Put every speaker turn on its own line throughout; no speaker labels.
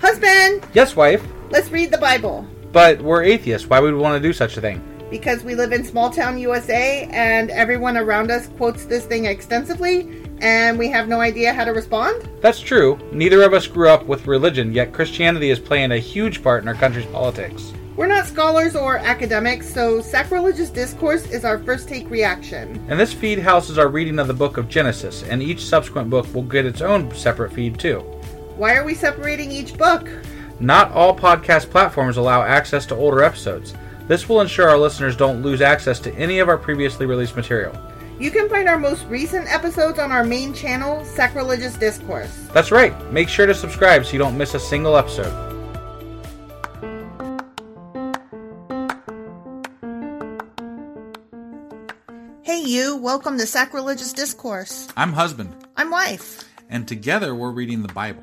Husband,
Yes, wife,
let's read the Bible.
but we're atheists. Why would we want to do such a thing?
Because we live in small town USA and everyone around us quotes this thing extensively and we have no idea how to respond.
That's true. Neither of us grew up with religion, yet Christianity is playing a huge part in our country's politics.
We're not scholars or academics, so sacrilegious discourse is our first take reaction.
And this feed houses our reading of the book of Genesis, and each subsequent book will get its own separate feed too.
Why are we separating each book?
Not all podcast platforms allow access to older episodes. This will ensure our listeners don't lose access to any of our previously released material.
You can find our most recent episodes on our main channel, Sacrilegious Discourse.
That's right, make sure to subscribe so you don't miss a single episode.
Hey, you, welcome to Sacrilegious Discourse.
I'm Husband,
I'm Wife,
and together we're reading the Bible.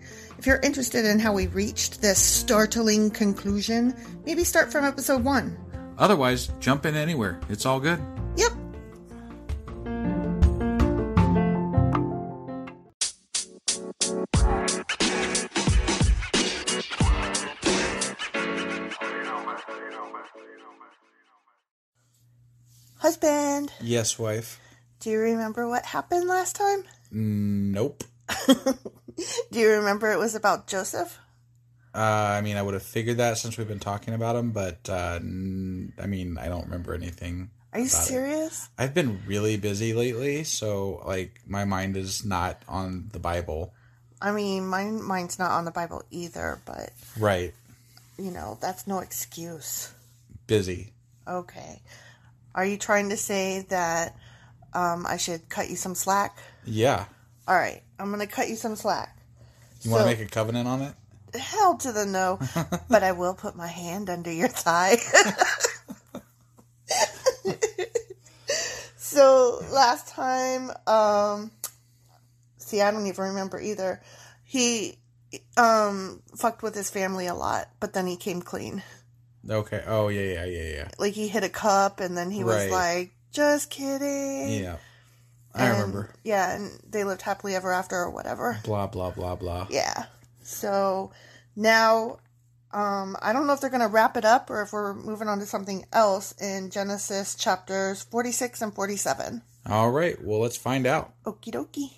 If you're interested in how we reached this startling conclusion, maybe start from episode one.
Otherwise, jump in anywhere. It's all good.
Yep. Husband,
Yes, wife.
do you remember what happened last time?
Nope.
Do you remember it was about Joseph?
Uh, I mean, I would have figured that since we've been talking about him, but uh, n- I mean, I don't remember anything.
Are you
about it.
serious?
I've been really busy lately, so like my mind is not on the Bible.
I mean, mine mine's not on the Bible either, but
Right.
you know, that's no excuse.
Busy.
Okay. Are you trying to say that um, I should cut you some slack?
Yeah.
All right, I'm going to cut you some slack.
You want
So-
to make a covenant on it?
Hell to the no, but I will put my hand under your thigh. so last time, um, see, I don't even remember either. He um, fucked with his family a lot, but then he came clean.
Okay. Oh yeah yeah yeah
Like he hit a cup, and then he was
Right.
like, "Just
yeah
kidding."
yeah. I
And-
remember.
Yeah, and they lived happily ever after, or whatever.
Blah blah blah blah.
Yeah. So now, um, I don't know if they're going to wrap it up or if we're moving on to something else in Genesis chapters 46 and 47.
All right. Well, let's find out.
Okie dokie.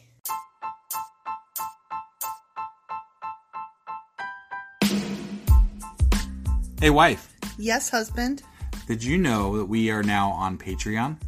Hey, wife.
Yes, husband.
Did you know that we are now on Patreon?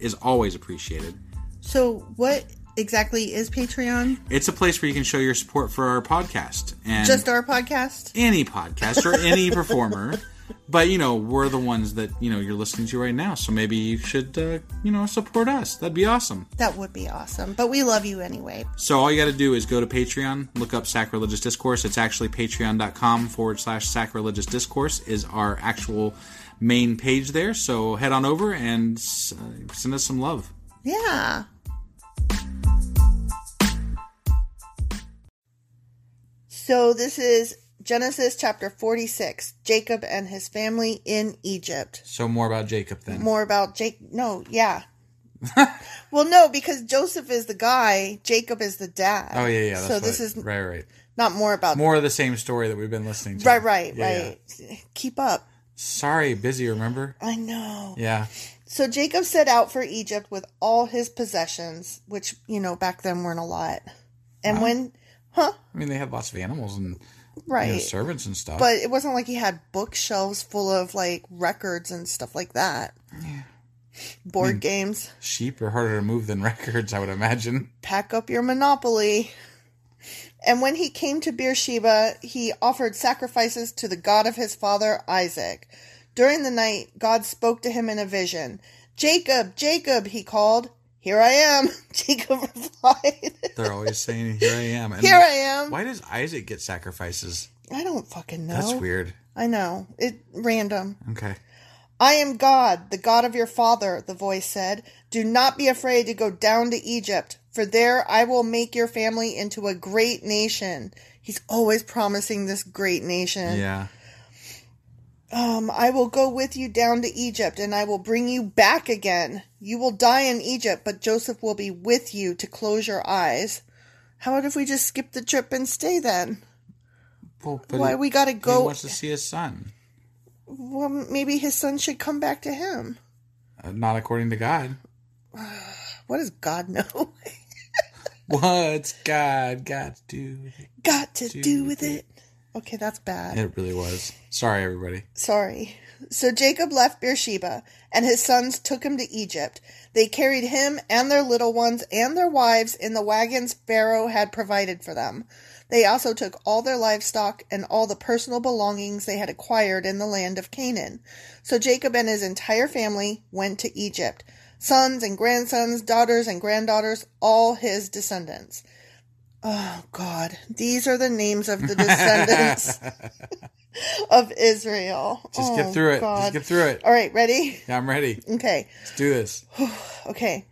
is always appreciated.
So, what exactly is Patreon?
It's a place where you can show your support for our podcast and
Just our podcast?
any podcast or any performer. But you know we're the ones that you know you're listening to right now, so maybe you should uh, you know support us. That'd be awesome.
That would be awesome, but we love you anyway.
So all you got to do is go to Patreon, look up Sacrilegious Discourse. It's actually patreon.com forward slash sacrilegious discourse is our actual main page there. So head on over and s- uh, send us some love.
Yeah. So this is Genesis chapter 46, Jacob and his family in Egypt.
So more about Jacob then.
More about Jake. No, yeah. well, no, because Joseph is the guy, Jacob is the dad.
oh yeah, yeah. That's
so
what-
this is
right, right.
not more about.
More of the same story that we've been listening to.
right, right,
Yeah, yeah.
right. Keep up.
Sorry, busy. Remember?
I know.
Yeah.
So Jacob set out for Egypt with all his possessions, which, you know, back then weren't a lot. And when, huh?
I mean, they had lots of animals and you know,
right.
servants and stuff.
but it wasn't like he had bookshelves full of like records and stuff like that.
Yeah.
Board games.
sheep are harder to move than records, I would imagine.
pack up your monopoly. And when he came to Beersheba, he offered sacrifices to the God of his father Isaac. During the night, God spoke to him in a vision. Jacob, Jacob, he called. Here I am, Jacob replied.
They're always saying, "Here I am." And
Here I am.
Why does Isaac get sacrifices?
I don't fucking know.
That's weird.
I know. It random.
Okay.
I am God, the God of your father, the voice said. Do not be afraid to go down to Egypt, for there I will make your family into a great nation. He's always promising this great nation.
Yeah.
Um, I will go with you down to Egypt, and I will bring you back again. You will die in Egypt, but Joseph will be with you to close your eyes. How about if we just skip the trip and stay then?
Well, but
Why
he-
we gotta
he
go?
wants to see his son.
Well, maybe his son should come back to him.
Uh, not according to God.
What does God know?
What's God got to do? with it?
got to do, with
with
it. Okay, that's bad.
It really was. Sorry, everybody.
Sorry. So Jacob left Beersheba, and his sons took him to Egypt. They carried him and their little ones and their wives in the wagons Pharaoh had provided for them. They also took all their livestock and all the personal belongings they had acquired in the land of Canaan. So Jacob and his entire family went to Egypt sons and grandsons, daughters and granddaughters, all his descendants. Oh, God. These are the names of the descendants of Israel.
Just
oh,
get through it.
God.
Just get through it.
All right, ready?
Yeah, I'm ready.
Okay,
Let's do this.
okay.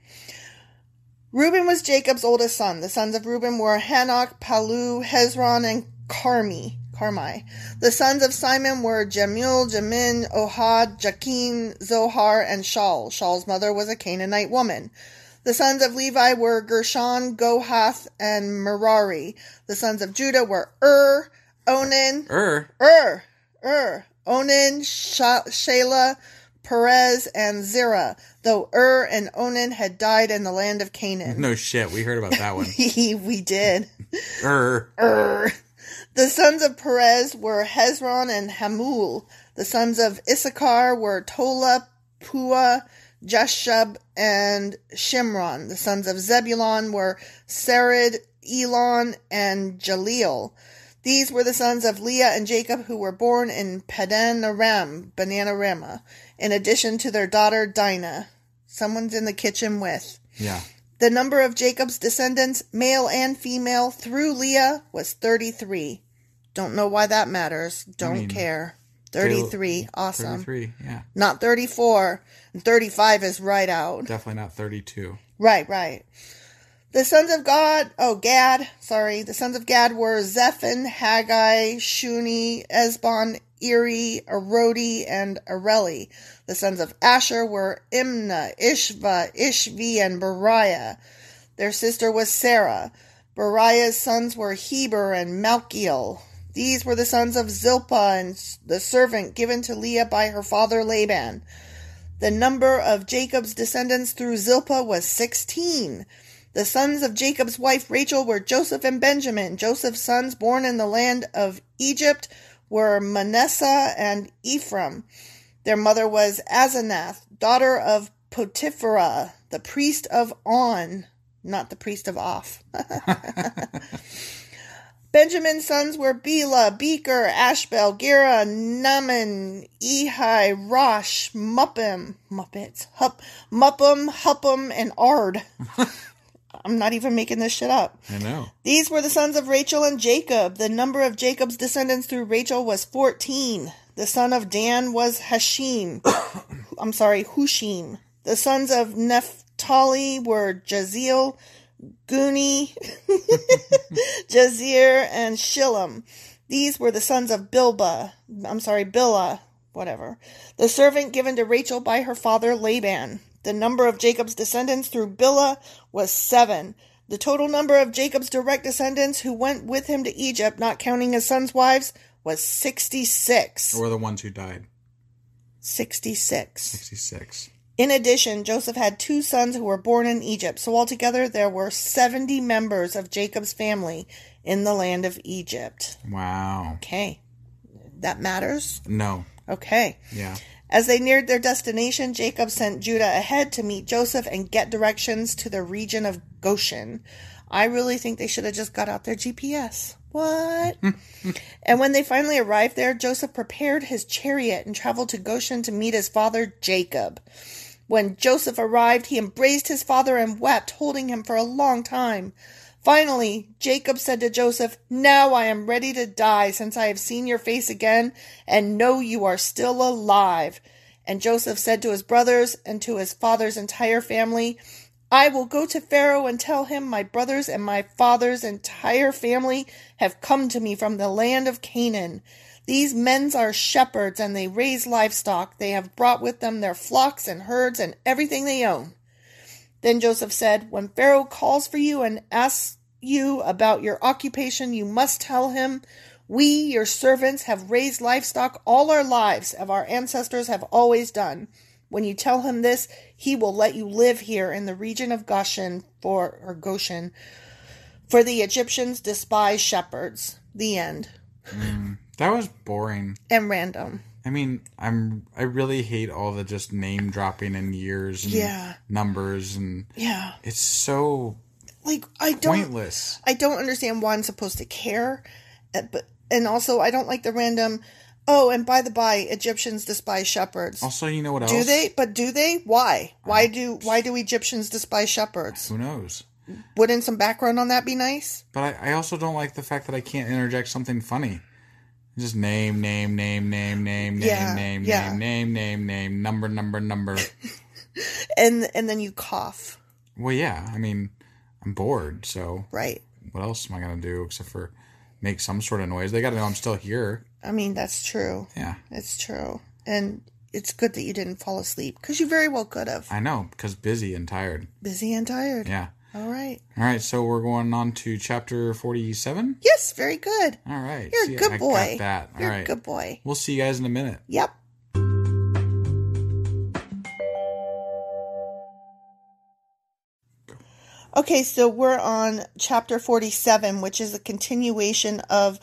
Reuben was Jacob's oldest son. The sons of Reuben were Hanok, Palu, Hezron, and Carmi. Carmi. The sons of Simon were Jamul, Jamin, Ohad, Jakin, Zohar, and Shaul. Shaul's mother was a Canaanite woman. The sons of Levi were Gershon, Gohath, and Merari. The sons of Judah were Ur, Onan,
Er,
Ur, Ur, er, Onan, Sha- Shelah, Perez, and Zerah, though Ur and Onan had died in the land of Canaan.
no shit. We heard about that one.
we did.
Er,
Ur. The sons of Perez were Hezron and Hamul. The sons of Issachar were Tola, Pua, Jashub, and Shimron. The sons of Zebulon were Sered, Elon, and Jaleel. These were the sons of Leah and Jacob who were born in Padan Aram, Bananarama, in addition to their daughter Dinah. Someone's in the kitchen with.
yeah.
The number of Jacob's descendants, male and female, through Leah was 33. Don't know why that matters. Don't
mean,
care. 33. awesome.
Thirty-three. Yeah,
Not 34. And 35 is right out.
definitely not thirty-two.
Right, right. The sons of God, oh, Gad, sorry. The sons of Gad were Zephan, Haggai, Shuni, Esbon, Eri, Erodi, and Areli. The sons of Asher were Imnah, Ishva, Ishvi, and Beriah. Their sister was Sarah. Beriah's sons were Heber and Malkiel. These were the sons of Zilpah and the servant given to Leah by her father Laban. The number of Jacob's descendants through Zilpah was sixteen. The sons of Jacob's wife Rachel were Joseph and Benjamin. Joseph's sons born in the land of Egypt were Manasseh and Ephraim. Their mother was Azanath, daughter of Potipharah, the priest of On, not the priest of Off. Benjamin's sons were Bela, Beker, Ashbel, Gera, Naaman, Ehi, Rosh, Muppim, Muppets, Hup, Muppum, Huppum, and Ard. I'm not even making this shit up.
I know.
These were the sons of Rachel and Jacob. The number of Jacob's descendants through Rachel was 14. The son of Dan was Hashim. I'm sorry, Hushim. The sons of Naphtali were Jazeel, Guni, Jazir, and Shillam. These were the sons of Bilba. I'm sorry, Billah, whatever. The servant given to Rachel by her father Laban. The number of Jacob's descendants through Billah was seven. The total number of Jacob's direct descendants who went with him to Egypt, not counting his son's wives, was 66.
Or the ones who died.
66.
Sixty-six.
In addition, Joseph had two sons who were born in Egypt. So altogether, there were 70 members of Jacob's family in the land of Egypt.
Wow.
Okay. That matters?
No.
Okay.
Yeah.
As they neared their destination, Jacob sent Judah ahead to meet Joseph and get directions to the region of Goshen. I really think they should have just got out their GPS. What? and when they finally arrived there, Joseph prepared his chariot and traveled to Goshen to meet his father Jacob. When Joseph arrived, he embraced his father and wept, holding him for a long time. Finally, Jacob said to Joseph, Now I am ready to die, since I have seen your face again and know you are still alive. And Joseph said to his brothers and to his father's entire family, I will go to Pharaoh and tell him my brothers and my father's entire family have come to me from the land of Canaan. These men are shepherds and they raise livestock. They have brought with them their flocks and herds and everything they own. Then Joseph said, When Pharaoh calls for you and asks you about your occupation, you must tell him, We, your servants, have raised livestock all our lives, as our ancestors have always done. When you tell him this, he will let you live here in the region of Goshen for or Goshen, for the Egyptians despise shepherds. The end.
That was boring.
And random.
I mean, I'm I really hate all the just name dropping and years and
Yeah.
numbers and
Yeah.
it's so
Like I don't
pointless.
I don't understand why I'm supposed to care, uh, but and also I don't like the random. Oh, and by the by, Egyptians despise shepherds.
Also, you know what else?
do they? But do they? Why? Why do Why do Egyptians despise shepherds?
Who knows?
Wouldn't some background on that be nice?
But I, I also don't like the fact that I can't interject something funny. Just name, name, name, name, name,
Yeah,
name, name,
yeah.
name, name, name, name, number, number, number.
And and then you cough,
well, yeah. I mean, I'm bored, so
right?
what else am I gonna do except for make some sort of noise? They gotta know I'm still here.
I mean that's true.
Yeah,
It's true, and it's good that you didn't fall asleep because you very well could have.
I know because busy and tired.
Busy and tired.
Yeah.
All right.
All right, so we're going on to chapter forty-seven.
Yes, very good.
All right,
You're
see,
a good
I
boy.
Got that. All
You're a
right.
good boy.
We'll see you guys in a minute.
Yep. Okay, so we're on chapter 47, which is a continuation of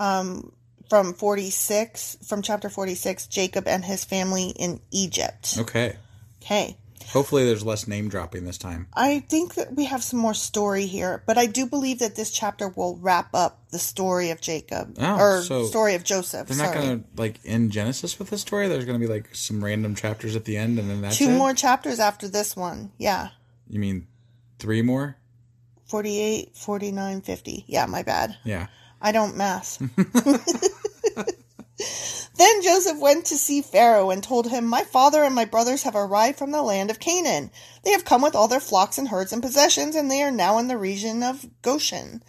um, from 46, from chapter 46, Jacob and his family in Egypt.
Okay.
Okay.
Hopefully, there's less name dropping this time.
I think that we have some more story here, but I do believe that this chapter will wrap up the story of Jacob
Oh,
or
so
story of Joseph.
They're not
sorry.
gonna like end Genesis with this story. There's gonna be like some random chapters at the end, and then that's
Two
it?
more chapters after this one. Yeah.
You mean three more?
48, 49, 50. Yeah, my bad.
Yeah.
I don't math. then Joseph went to see Pharaoh and told him, My father and my brothers have arrived from the land of Canaan. They have come with all their flocks and herds and possessions, and they are now in the region of Goshen.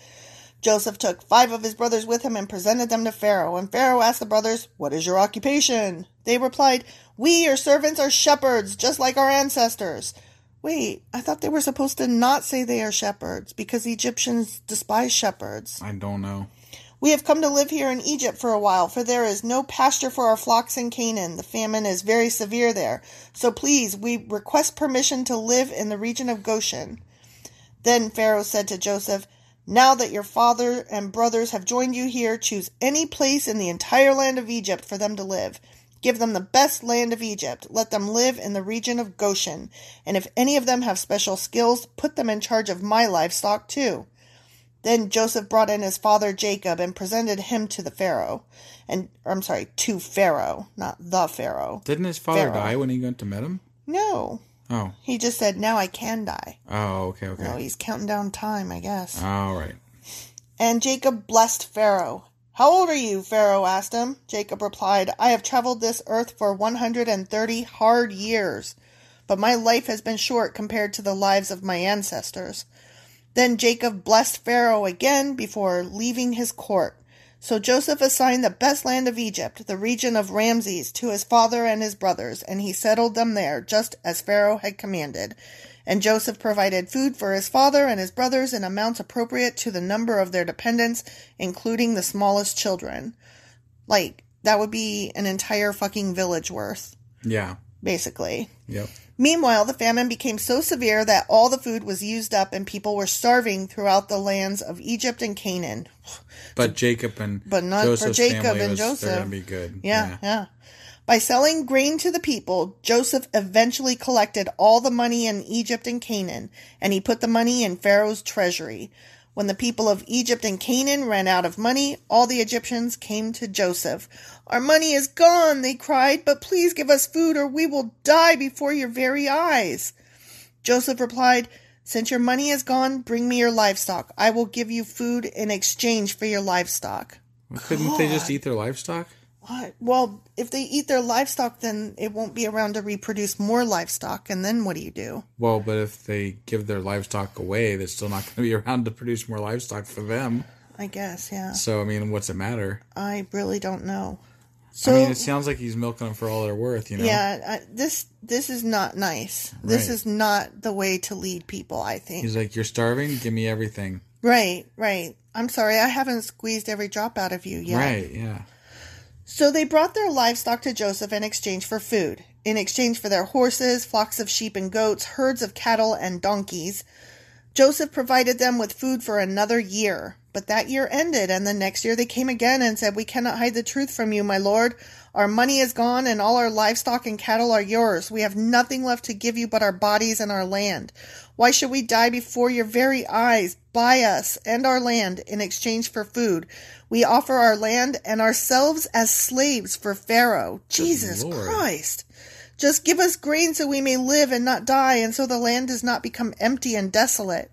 Joseph took five of his brothers with him and presented them to Pharaoh. And Pharaoh asked the brothers, What is your occupation? They replied, We, your servants, are shepherds, just like our ancestors. Wait, I thought they were supposed to not say they are shepherds because Egyptians despise shepherds.
I don't know.
We have come to live here in Egypt for a while, for there is no pasture for our flocks in Canaan. The famine is very severe there. So please, we request permission to live in the region of Goshen. Then Pharaoh said to Joseph, Now that your father and brothers have joined you here, choose any place in the entire land of Egypt for them to live. Give them the best land of Egypt. Let them live in the region of Goshen. And if any of them have special skills, put them in charge of my livestock too. Then Joseph brought in his father Jacob and presented him to the Pharaoh. And or I'm sorry, to Pharaoh, not the Pharaoh.
Didn't his father
Pharaoh.
die when he went to meet him?
No.
Oh.
He just said, Now I can die.
Oh. Okay. Okay.
No, he's counting down time, I guess.
All right.
And Jacob blessed Pharaoh. How old are you? Pharaoh asked him. Jacob replied, I have traveled this earth for 130 hard years, but my life has been short compared to the lives of my ancestors. Then Jacob blessed Pharaoh again before leaving his court. So Joseph assigned the best land of Egypt, the region of Ramses, to his father and his brothers, and he settled them there, just as Pharaoh had commanded. And Joseph provided food for his father and his brothers in amounts appropriate to the number of their dependents, including the smallest children. Like, that would be an entire fucking village worth
Yeah.
basically.
Yep.
Meanwhile, the famine became so severe that all the food was used up and people were starving throughout the lands of Egypt and Canaan.
But Jacob and
But not for
Joseph's
Jacob
family
and
was,
Joseph.
They're gonna be good.
Yeah, yeah. By selling grain to the people, Joseph eventually collected all the money in Egypt and Canaan, and he put the money in Pharaoh's treasury. When the people of Egypt and Canaan ran out of money, all the Egyptians came to Joseph. Our money is gone, they cried, but please give us food or we will die before your very eyes. Joseph replied, Since your money is gone, bring me your livestock. I will give you food in exchange for your livestock.
Well, Couldn't they just eat their livestock?
What? Well, if they eat their livestock, then it won't be around to reproduce more livestock. And then what do you do?
Well, but if they give their livestock away, they're still not going to be around to produce more livestock for them.
I guess, yeah.
So, I mean, what's it matter?
I really don't know. So,
I mean, it sounds like he's milking them for all they're worth, you know?
yeah, I, this this is not nice. This
Right.
is not the way to lead people. I think.
He's like, you're starving? Give me everything.
right, right. I'm sorry, I haven't squeezed every drop out of you yet.
Right, yeah.
So they brought their livestock to Joseph in exchange for food, in exchange for their horses, flocks of sheep and goats, herds of cattle and donkeys. Joseph provided them with food for another year. But that year ended, and the next year they came again and said, We cannot hide the truth from you, my lord. Our money is gone, and all our livestock and cattle are yours. We have nothing left to give you but our bodies and our land. Why should we die before your very eyes? Buy us and our land in exchange for food. We offer our land and ourselves as slaves for Pharaoh. Jesus
Lord.
Christ. Just give us grain so we may live and not die, and so the land does not become empty and desolate.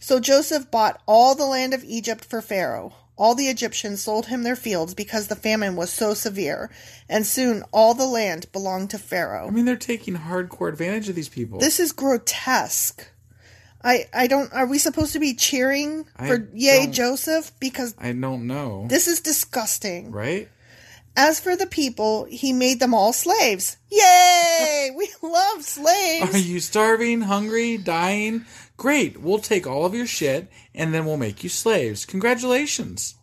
So Joseph bought all the land of Egypt for Pharaoh. All the Egyptians sold him their fields because the famine was so severe, and soon all the land belonged to Pharaoh.
I mean, they're taking hardcore advantage of these people.
This is grotesque. I I don't. Are we supposed to be cheering
I
for Yay
don't-
Joseph? Because
I don't know.
this is disgusting.
right?
As for the people, he made them all slaves. Yay! we love slaves.
Are you starving, hungry, dying? Great. We'll take all of your shit and then we'll make you slaves. Congratulations.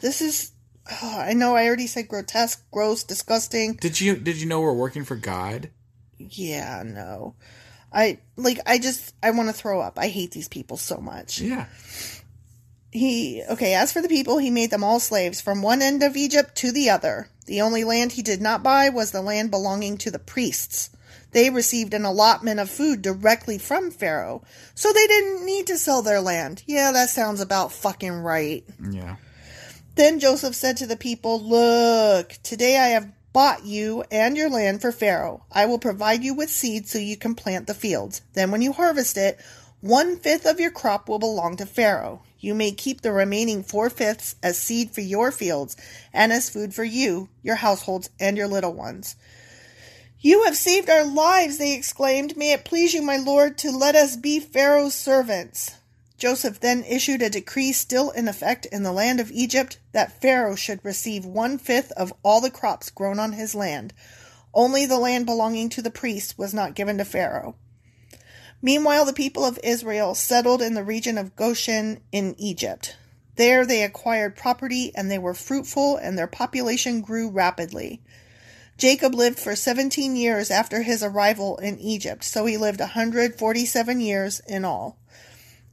This is. Oh, I know. I already said grotesque, gross, disgusting.
Did you did you know we're working for God?
Yeah, no. I like. I just. I want to throw up. I hate these people so much.
Yeah. Yeah.
Then Joseph said to the people, Look, today I have bought you and your land for Pharaoh. I will provide you with seed so you can plant the fields. Then when you harvest it, one fifth of your crop will belong to Pharaoh. You may keep the remaining four fifths as seed for your fields and as food for you, your households, and your little ones. You have saved our lives, they exclaimed. May it please you, my lord, to let us be Pharaoh's servants. Joseph then issued a decree still in effect in the land of Egypt that Pharaoh should receive one fifth of all the crops grown on his land. Only the land belonging to the priests was not given to Pharaoh. Meanwhile, the people of Israel settled in the region of Goshen in Egypt. There they acquired property and they were fruitful, and their population grew rapidly. Jacob lived for 17 years after his arrival in Egypt, so he lived 147 years in all.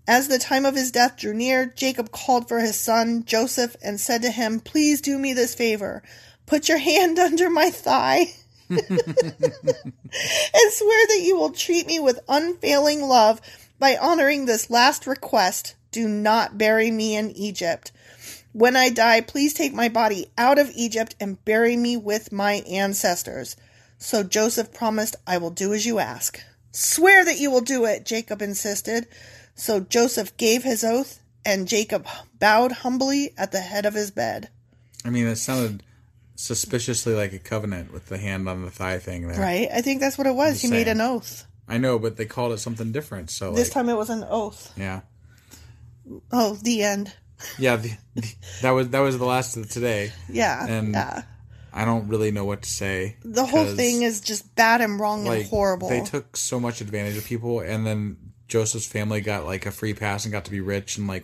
As the time of his death drew near, Jacob called for his son Joseph and said to him, Please do me this favor. Put your hand under my thigh and swear that you will treat me with unfailing love by honoring this last request. Do not bury me in Egypt. When I die, please take my body out of Egypt and bury me with my ancestors. So Joseph promised, I will do as you ask. Swear that you will do it, Jacob insisted. So Joseph gave his oath, and Jacob bowed humbly at the head of his bed.
I mean, it sounded suspiciously like a covenant with the hand on the thigh thing there.
Right? I think that's what it was. He made
saying.
an oath.
I know, but they called it something different. So,
This
like,
time it was an oath.
yeah.
Oh, the end.
Yeah, the, the- that was that was the last of today.
Yeah.
And
yeah.
I don't really know what to say.
The whole
'cause,
thing is just bad and wrong and horrible.
They took so much advantage of people, and then Joseph's family got like a free pass and got to be rich, and like,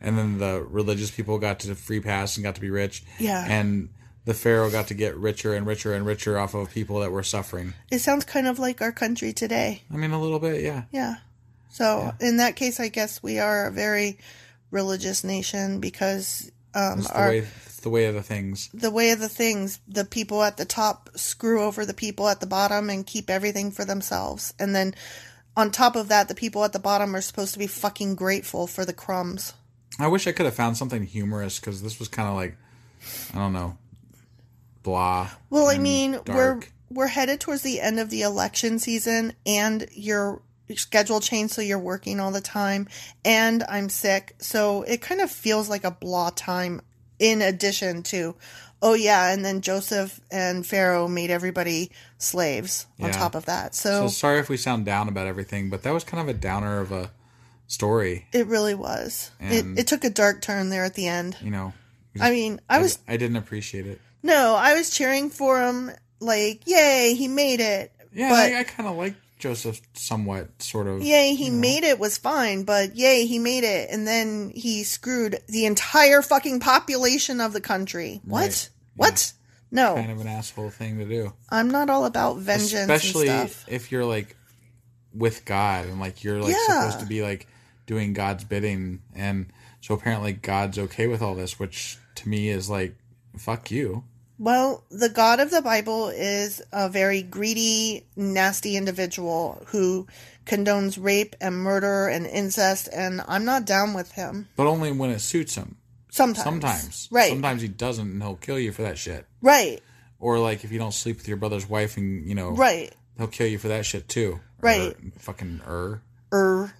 and then the religious people got to free pass and got to be rich.
Yeah.
and the pharaoh got to get richer and richer and richer off of people that were suffering.
It sounds kind of like our country today.
I mean, a little bit, yeah.
Yeah. So in that case, I guess we are a very religious nation because um,
It's the
our
way, it's the way of the things.
the way of the things, the people at the top screw over the people at the bottom and keep everything for themselves, and then on top of that, the people at the bottom are supposed to be fucking grateful for the crumbs.
I wish I could have found something humorous because this was kind of like, I don't know, blah.
Well, I
and
mean, we're
Mm, dark.
we're headed towards the end of the election season, and your schedule changed, so you're working all the time, and I'm sick, so it kind of feels like a blah time. In addition to, oh yeah, and then Joseph and Pharaoh made everybody slaves on
Yeah.
top of that,
So
so,
sorry if we sound down about everything, but that was kind of a downer of a story.
it really was. It,
And-
it took a dark turn there at the end.
You know,
I mean, I was
I didn't appreciate it.
no, I was cheering for him, like yay, he made it.
Yeah,
But-
I, I kind of like Joseph somewhat, sort of.
yay he made it was fine but yay he made it and then he screwed the entire fucking population of the country what
Right.
what no
Kind of an asshole thing to do,
i'm not all about vengeance
especially
and stuff
if you're like with God and like you're like
Yeah.
supposed to be like doing God's bidding, and so apparently God's okay with all this, which to me is like, fuck you.
well the god of the bible is a very greedy nasty individual who condones rape and murder and incest and i'm not down with him
But only when it suits him.
sometimes
Sometimes.
right
Sometimes he doesn't and he'll kill you for that shit.
right
Or like if you don't sleep with your brother's wife and you know
right
he'll kill you for that shit too.
Right.
Or, fucking er.
er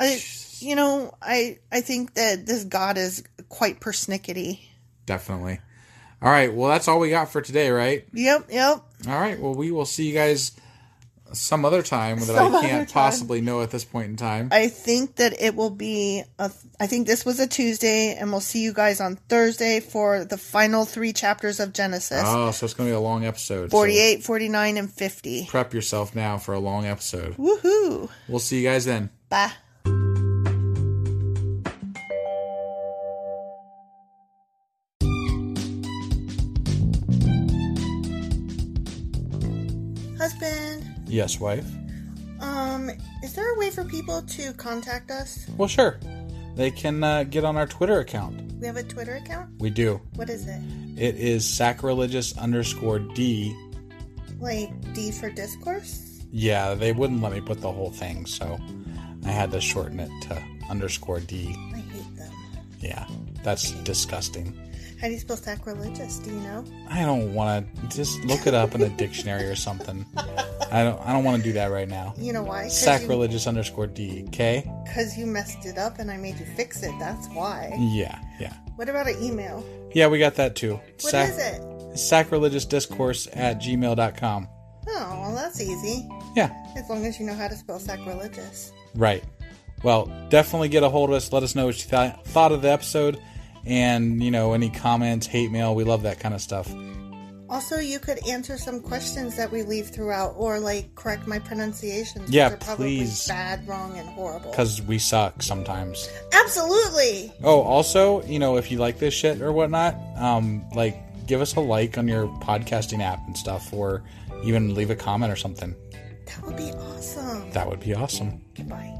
I, you know, I I think that this god is quite persnickety.
Definitely. All right. Well that's all we got for today, right?
Yep, yep.
All right. Well we will see you guys some other time that
Some
I
other
can't
time.
possibly know at this point in time.
I think that it will be a I think this was a Tuesday and we'll see you guys on Thursday for the final 3 chapters of Genesis.
Oh, so it's gonna be a long episode. So
48, 49 and 50.
prep yourself now for a long episode.
Woohoo.
We'll see you guys then.
Bye. Husband
Yes, wife.
Um, is there a way for people to contact us?
Well sure. They can uh, get on our Twitter account.
We have a Twitter account.
We do.
What is it?
It is sacrilegious underscore D.
Like D for discourse?
Yeah, they wouldn't let me put the whole thing, so I had to shorten it to underscore D.
I hate them.
Yeah, that's disgusting.
How do you spell sacrilegious? Do you know?
I don't want to just look it up in a dictionary or something. I don't. I don't want to do that right now.
You know why?
Sacrilegious underscore D. K.
Because you, messed it up and I made you fix it. That's why.
Yeah, yeah,
What about an email?
yeah. We got that too.
What is it?
Sacrilegious discourse at gmail.com.
Oh, well, that's easy.
Yeah,
As long as you know how to spell sacrilegious.
Right. Well, definitely get a hold of us. Let us know what you th- thought of the episode, and you know any comments, hate mail. We love that kind of stuff.
Also, you could answer some questions that we leave throughout, or like correct my pronunciations.
Yeah,
which are probably
please.
Bad, wrong, and horrible.
Cause we suck sometimes.
Absolutely.
Oh, also, you know if you like this shit or whatnot, um, like give us a like on your podcasting app and stuff, or even leave a comment or something.
That would be awesome.
That would be awesome.
Goodbye.